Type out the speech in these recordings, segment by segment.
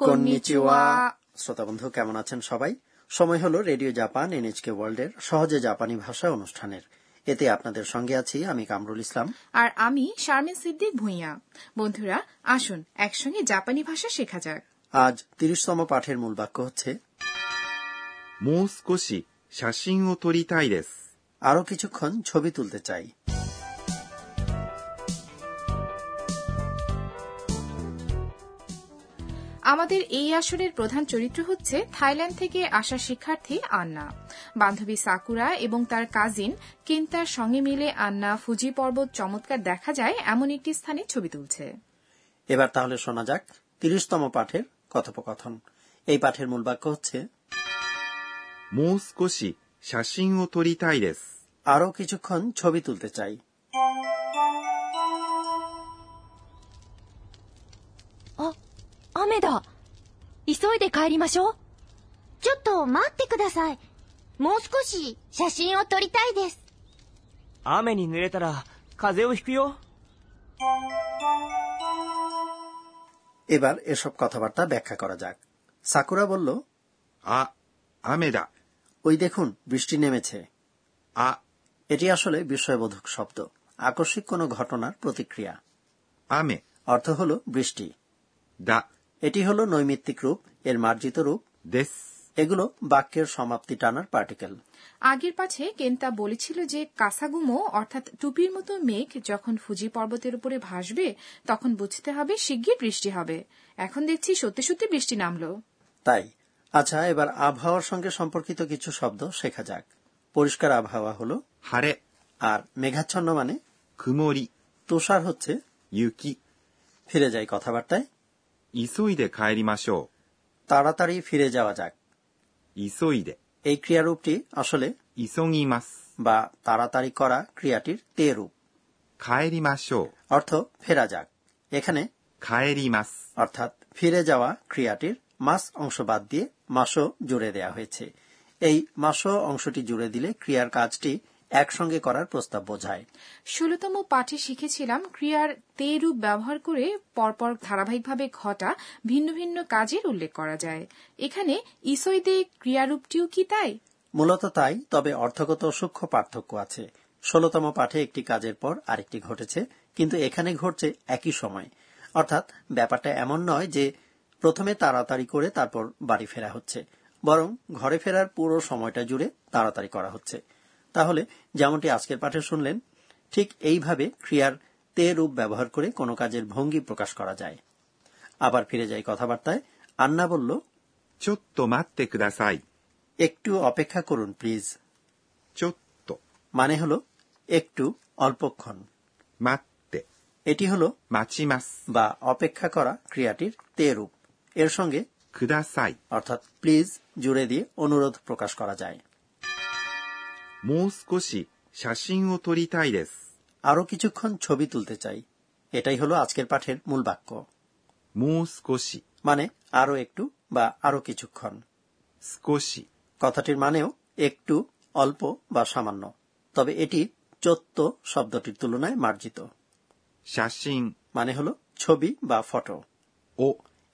Konnichiwa. শ্রোতা বন্ধু কেমন আছেন সবাই সময় হলো রেডিও জাপান এনএচকে ওয়ার্ল্ডের সহজে জাপানি ভাষা অনুষ্ঠানের এতে আপনাদের সঙ্গে আছি আমি কামরুল ইসলাম আর আমি শারমিন সিদ্দিক ভুঁইয়া বন্ধুরা আসুন একসঙ্গে জাপানি ভাষা শেখা যাক আজ তিরিশতম পাঠের মূল বাক্য হচ্ছে もう少し写真を撮りたいです。 আরও কিছুক্ষণ ছবি তুলতে চাই আমাদের এই আসরের প্রধান চরিত্র হচ্ছে থাইল্যান্ড থেকে আসা শিক্ষার্থী আন্না বান্ধবী সাকুরা এবং তার কাজিন কিন্তার সঙ্গে মিলে আন্না ফুজি পর্বত চমৎকার দেখা যায় এমন একটি স্থানে ছবি তুলছে এবার তাহলে শোনা যাক তিরিশতম পাঠের কথোপকথন এই পাঠের মূল বাক্য হচ্ছে もう少し写真を撮りたいです。 আরও কিছুক্ষণ ছবি তুলতে চাই あ、雨だ。急いで帰りましょう。ちょっと待ってください。もう少し写真を撮りたいです。雨に濡れたら風邪をひくよ。 এবার এসব কথাবার্তা ব্যাখ্যা করা যাক সাকুরা বলল あ、雨だ。 ওই দেখুন বৃষ্টি নেমেছে あ、 এটি আসলে বিস্ময়বোধক শব্দ আকস্মিক কোনো ঘটনার প্রতিক্রিয়া 雨 অর্থ হল বৃষ্টি だ এটি হল নৈমিত্তিক রূপ এর মার্জিত রূপ です。 এগুলো বাক্যের সমাপ্তি টানার পার্টিকেল আগের পাছে কেন্তা বলেছিল যে কাসাগুমো অর্থাৎ টুপির মতো মেঘ যখন ফুজি পর্বতের উপরে ভাসবে তখন বুঝতে হবে শিগগির বৃষ্টি হবে এখন দেখছি সত্যি সত্যি বৃষ্টি নামলো তাই আচ্ছা এবার আবহাওয়ার সঙ্গে সম্পর্কিত কিছু শব্দ শেখা যাক পরিষ্কার আবহাওয়া হলো 晴れ、 আর মেঘাচ্ছন্ন মানে 曇り、 তুষার হচ্ছে 雪。 ফিরে যায় কথাবার্তায় 急いで帰りましょ তাড়াতাড়ি ফিরে যাওয়া যাক う。急いで、 এই ক্রিয়ারূপটি আসলে 急ぎます。 বা তাড়াতাড়ি করা ক্রিয়াটির তে রূপ 帰りましょう。 অর্থ ফেরা যাক এখানে 帰ります。 অর্থাৎ ফিরে যাওয়া ক্রিয়াটির মাস অংশ বাদ দিয়ে মাসও জুড়ে দেয়া হয়েছে এই মাসও অংশটি জুড়ে দিলে ক্রিয়ার কাজটি একসঙ্গে করার প্রস্তাব বোঝায় ষোলতম পাঠে শিখেছিলাম ক্রিয়ার তে রূপ ব্যবহার করে পরপর ধারাবাহিকভাবে ঘটা ভিন্ন ভিন্ন কাজের উল্লেখ করা যায় এখানে ইসইদে ক্রিয়ারূপটিও কি তাই মূলত তাই তবে অর্থগত সূক্ষ্ম পার্থক্য আছে ষোলতম পাঠে একটি কাজের পর আরেকটি ঘটেছে কিন্তু এখানে ঘটছে একই সময় অর্থাৎ ব্যাপারটা এমন নয় যে প্রথমে তাড়াতাড়ি করে তারপর বাড়ি ফেরা হচ্ছে বরং ঘরে ফেরার পুরো সময়টা জুড়ে তাড়াতাড়ি করা হচ্ছে তাহলে যেমনটি আজকের পাঠে শুনলেন ঠিক এইভাবে ক্রিয়ার তে রূপ ব্যবহার করে কোনো কাজের ভঙ্গি প্রকাশ করা যায় আবার ফিরে যায় কথাবার্তায় আন্না বলল ちょっと待ってください。 একটু অপেক্ষা করুন প্লিজ ちょっと、 মানে হলো একটু অল্পক্ষণ 待って、 এটি হলো 待ちます。 বা অপেক্ষা করা ক্রিয়াটির তে রূপ এর সঙ্গে ください。 অর্থাৎ প্লিজ জুড়ে দিয়ে অনুরোধ প্রকাশ করা যায় もう少し写真を撮りたいです。 আরও কিছুক্ষণ ছবি তুলতে চাই এটাই হলো আজকের পাঠের মূল বাক্য もう少し、 মানে আরও একটু বা আরও কিছুক্ষণ 少し、 কথাটির মানেও একটু অল্প বা সামান্য তবে এটি চত্ব শব্দটির তুলনায় মার্জিত 写真 মানে হলো ছবি বা ফটো を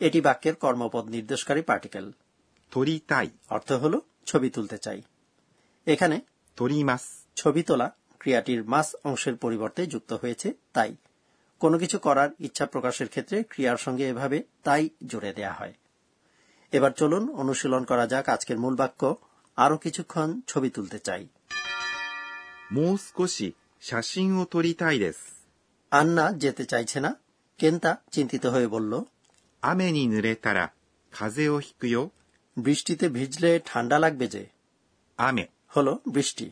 এটি বাক্যের কর্মপদ নির্দেশকারী পার্টিকেল 撮りたい、 অর্থ হল ছবি তুলতে চাই এখানে 撮ります。 ছবি তোলা ক্রিয়াটির মাস অংশের পরিবর্তে যুক্ত হয়েছে তাই কোনো কিছু করার ইচ্ছা প্রকাশের ক্ষেত্রে ক্রিয়ার সঙ্গে এভাবে তাই জুড়ে দেয়া হয় এবার চলুন অনুশীলন করা যাক আজকের মূল বাক্য আরও কিছুক্ষণ ছবি তুলতে চাই もう少し写真を撮りたいです。 আন্না যেতে চাইছে না কেন্তা চিন্তিত হয়ে বলল 雨に濡れたら風邪をひくよ。 বৃষ্টিতে ভিজলে ঠান্ডা লাগবে যে 雨 হলো বৃষ্টি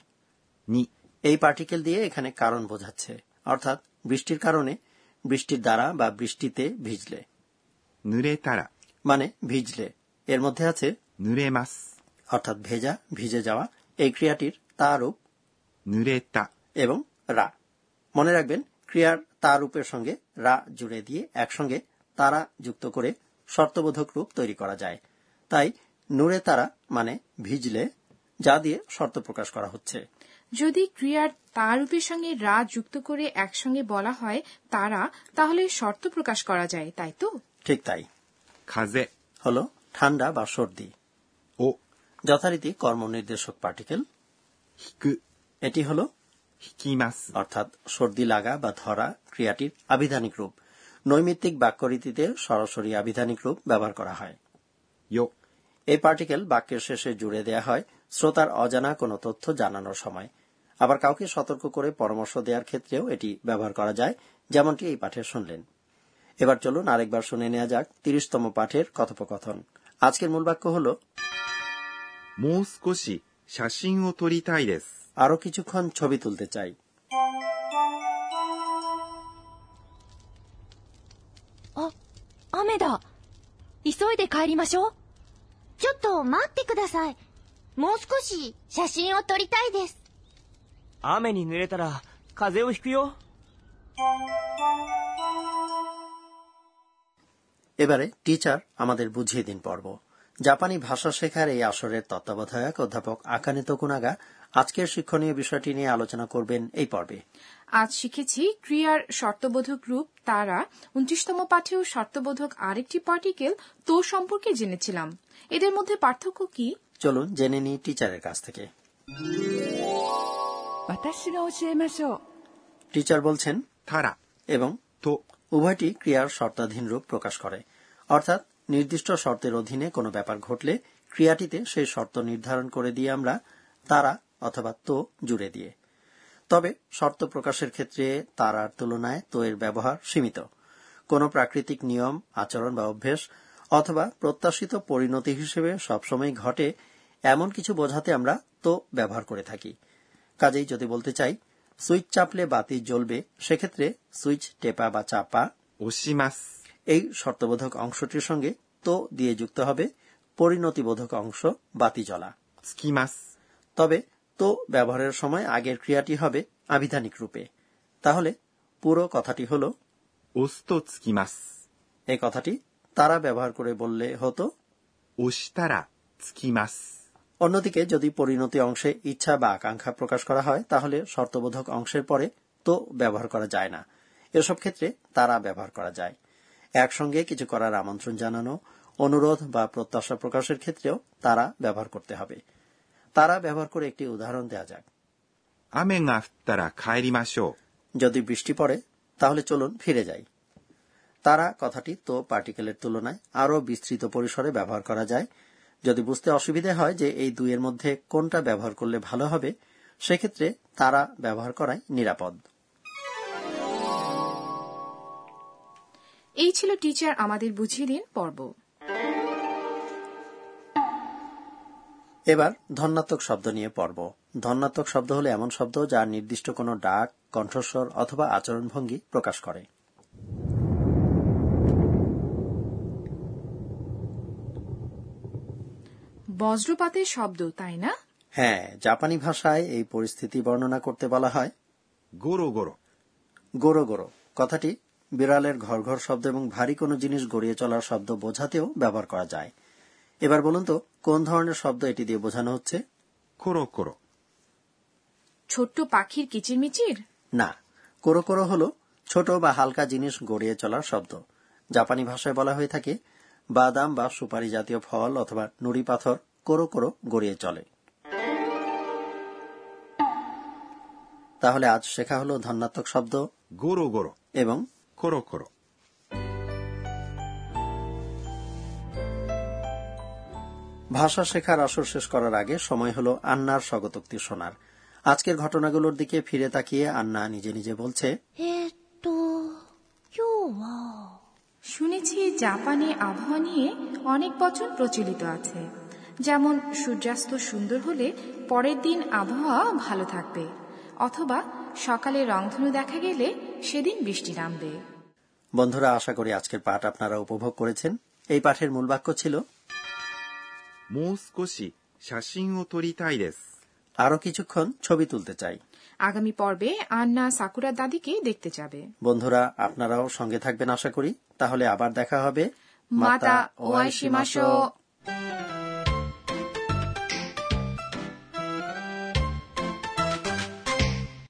に এই পার্টিকেল দিয়ে এখানে কারণ বোঝাচ্ছে অর্থাৎ বৃষ্টির কারণে বৃষ্টির দ্বারা বা বৃষ্টিতে ভিজলে 濡れたら মানে ভিজলে এর মধ্যে আছে 濡れます。 অর্থাৎ ভেজা ভিজে যাওয়া এই ক্রিয়াটির তারূপ 濡れた এবং রা মনে রাখবেন ক্রিয়ার তারূপের সঙ্গে রা জুড়ে দিয়ে একসঙ্গে তারা যুক্ত করে শর্তবোধক রূপ তৈরি করা যায় তাই নুরে তারা মানে ভিজলে যা দিয়ে শর্ত প্রকাশ করা হচ্ছে যদি ক্রিয়ার তারূপের সঙ্গে রা যুক্ত করে একসঙ্গে বলা হয় তারা তাহলে শর্ত প্রকাশ করা যায় তাই তো ঠিক তাই 風 হল ঠান্ডা বা সর্দি を যথারীতি কর্মনির্দেশক পার্টিকেল 引く、 এটি হল 引きます。 অর্থাৎ সর্দি লাগা বা ধরা ক্রিয়াটির আবিধানিক রূপ নৈমিত্তিক বাক্যরীতিতে সরাসরি আবিধানিক রূপ ব্যবহার করা হয় よ、 এই পার্টিকেল বাক্যের শেষে জুড়ে দেয়া হয় শ্রোতার অজানা কোনো তথ্য জানানোর সময় আবার কাউকে সতর্ক করে পরামর্শ দেওয়ার ক্ষেত্রেও এটি ব্যবহার করা যায় যেমনটি এই পাঠে শুনলেন এবার চলুন আরেকবার শুনে নেওয়া যাক তিরিশতম পাঠের কথোপকথন আজকের মূল বাক্য হল もう少し写真を撮りたいです。 আরও কিছুক্ষণ ছবি তুলতে চাই あ、雨だ。急いで帰りましょう。ちょっと待ってください。もう少し写真を撮りたいです。雨に濡れたら風邪をひくよ。 এবারে টিচার আমাদের বুঝিয়ে দিন পর্ব জাপানি ভাষা শেখার এই আসরের তত্ত্বাবধায়ক অধ্যাপক আকানে তকুনাগা আজকের শিক্ষণীয় বিষয়টি নিয়ে আলোচনা করবেন এই পর্বে আজ শিখেছি ক্রিয়ার শর্তবোধক রূপ তারা উনত্রিশতম পাঠেও শর্তবোধক আরেকটি পার্টিকেল তো সম্পর্কে জেনেছিলাম এদের মধ্যে পার্থক্য কি চলুন জেনে নিই টিচারের কাছ থেকে 私が教えましょう টিচার বলছেন たら、 এবং と、 উভয়টি ক্রিয়ার শর্তাধীন রূপ প্রকাশ করে অর্থাৎ নির্দিষ্ট শর্তের অধীনে কোনো ব্যাপার ঘটলে ক্রিয়াটিতে সেই শর্ত নির্ধারণ করে দিয়ে আমরা তারা অথবা তো জুড়ে দিয়ে তবে শর্ত প্রকাশের ক্ষেত্রে তারার তুলনায় তো এর ব্যবহার সীমিত কোনো প্রাকৃতিক নিয়ম আচরণ বা অভ্যেস অথবা প্রত্যাশিত পরিণতি হিসেবে সবসময় ঘটে এমন কিছু বোঝাতে আমরা তো ব্যবহার করে থাকি কাজেই যদি বলতে চাই সুইচ চাপলে বাতি জ্বলবে সেক্ষেত্রে সুইচ টেপা বা চাপা 押します。 এই শর্তবোধক অংশটির সঙ্গে তো দিয়ে যুক্ত হবে পরিণতিবোধক অংশ বাতি জ্বলা つきます。 তবে তো ব্যবহারের সময় আগের ক্রিয়াটি হবে আবিধানিক রূপে তাহলে পুরো কথাটি হল 押すとつきます。 এই কথাটি তারা ব্যবহার করে বললে হতো 押したら、つきます。 অন্যদিকে যদি পরিণতি অংশে ইচ্ছা বা আকাঙ্ক্ষা প্রকাশ করা হয় তাহলে শর্তবোধক অংশের পরে তো ব্যবহার করা যায় না এসব ক্ষেত্রে তারা ব্যবহার করা যায় একসঙ্গে কিছু করার আমন্ত্রণ জানানো অনুরোধ বা প্রত্যাশা প্রকাশের ক্ষেত্রেও তারা ব্যবহার করতে হবে তারা ব্যবহার করে একটি উদাহরণ দেওয়া যাক 雨が降ったら帰りましょ যদি বৃষ্টি পড়ে তাহলে চলুন ফিরে যাই তারা কথাটি তো পার্টিকেলের তুলনায় আরও বিস্তৃত পরিসরে ব্যবহার করা যায় যদি বুঝতে অসুবিধে হয় যে এই দুইয়ের মধ্যে কোনটা ব্যবহার করলে ভালো হবে সেক্ষেত্রে তারা ব্যবহার করাই নিরাপদ এই ছিল টিচার আমাদের বুঝিয়ে দিন পর্ব এবার ধন্যাত্মক শব্দ নিয়ে পর্ব ধন্যাত্মক শব্দ হলো এমন শব্দ যা নির্দিষ্ট কোনো ডাক কণ্ঠস্বর অথবা আচরণভঙ্গি প্রকাশ করে বজ্রপাতের শব্দ তাই না হ্যাঁ জাপানি ভাষায় এই পরিস্থিতি বর্ণনা করতে বলা হয় う。ゴロゴロ、 গোরো গোরো কথাটি বিড়ালের ঘর ঘর শব্দ এবং ভারী কোনো জিনিস গড়িয়ে চলার শব্দ বোঝাতেও ব্যবহার করা যায় এবার বলুন তো কোন ধরনের শব্দ এটি দিয়ে বোঝানো হচ্ছে コロコロ、 ছোট্ট পাখির কিচিরমিচির না কোরো কোরো হল ছোট বা হালকা জিনিস গড়িয়ে চলার শব্দ জাপানি ভাষায় বলা হয়ে থাকে বাদাম বা সুপারি জাতীয় ফল অথবা নুড়ি পাথর কোরো কোরো গড়িয়ে চলে তাহলে আজ শেখা হলো ধন্যাত্মক শব্দ ゴロゴロ、 এবং コロコロ。 ভাষা শেখার আসর শেষ করার আগে সময় হলো আন্নার স্বগতোক্তি শোনার আজকের ঘটনাগুলোর দিকে ফিরে তাকিয়ে আন্না নিজে নিজে বলছে えーっと、今日は、 শুনেছি জাপানে আবহাওয়া নিয়ে অনেক বচন প্রচলিত আছে যেমন সূর্যাস্ত সুন্দর হলে পরের দিন আবহাওয়া ভালো থাকবে অথবা সকালে রংধনু দেখা গেলে সেদিন বৃষ্টি নামবে বন্ধুরা আশা করি আজকের পাঠ আপনারা উপভোগ করেছেন এই পাঠের মূল বাক্য ছিল もう少し写真を撮りたいです。 আরও কিছুক্ষণ ছবি তুলতে চাই আগামী পর্বে আন্না সাকুরা দাদিকে দেখতে যাবে বন্ধুরা আপনারাও সঙ্গে থাকবেন আশা করি তাহলে আবার দেখা হবে মাতা ওয়াই সীমাশো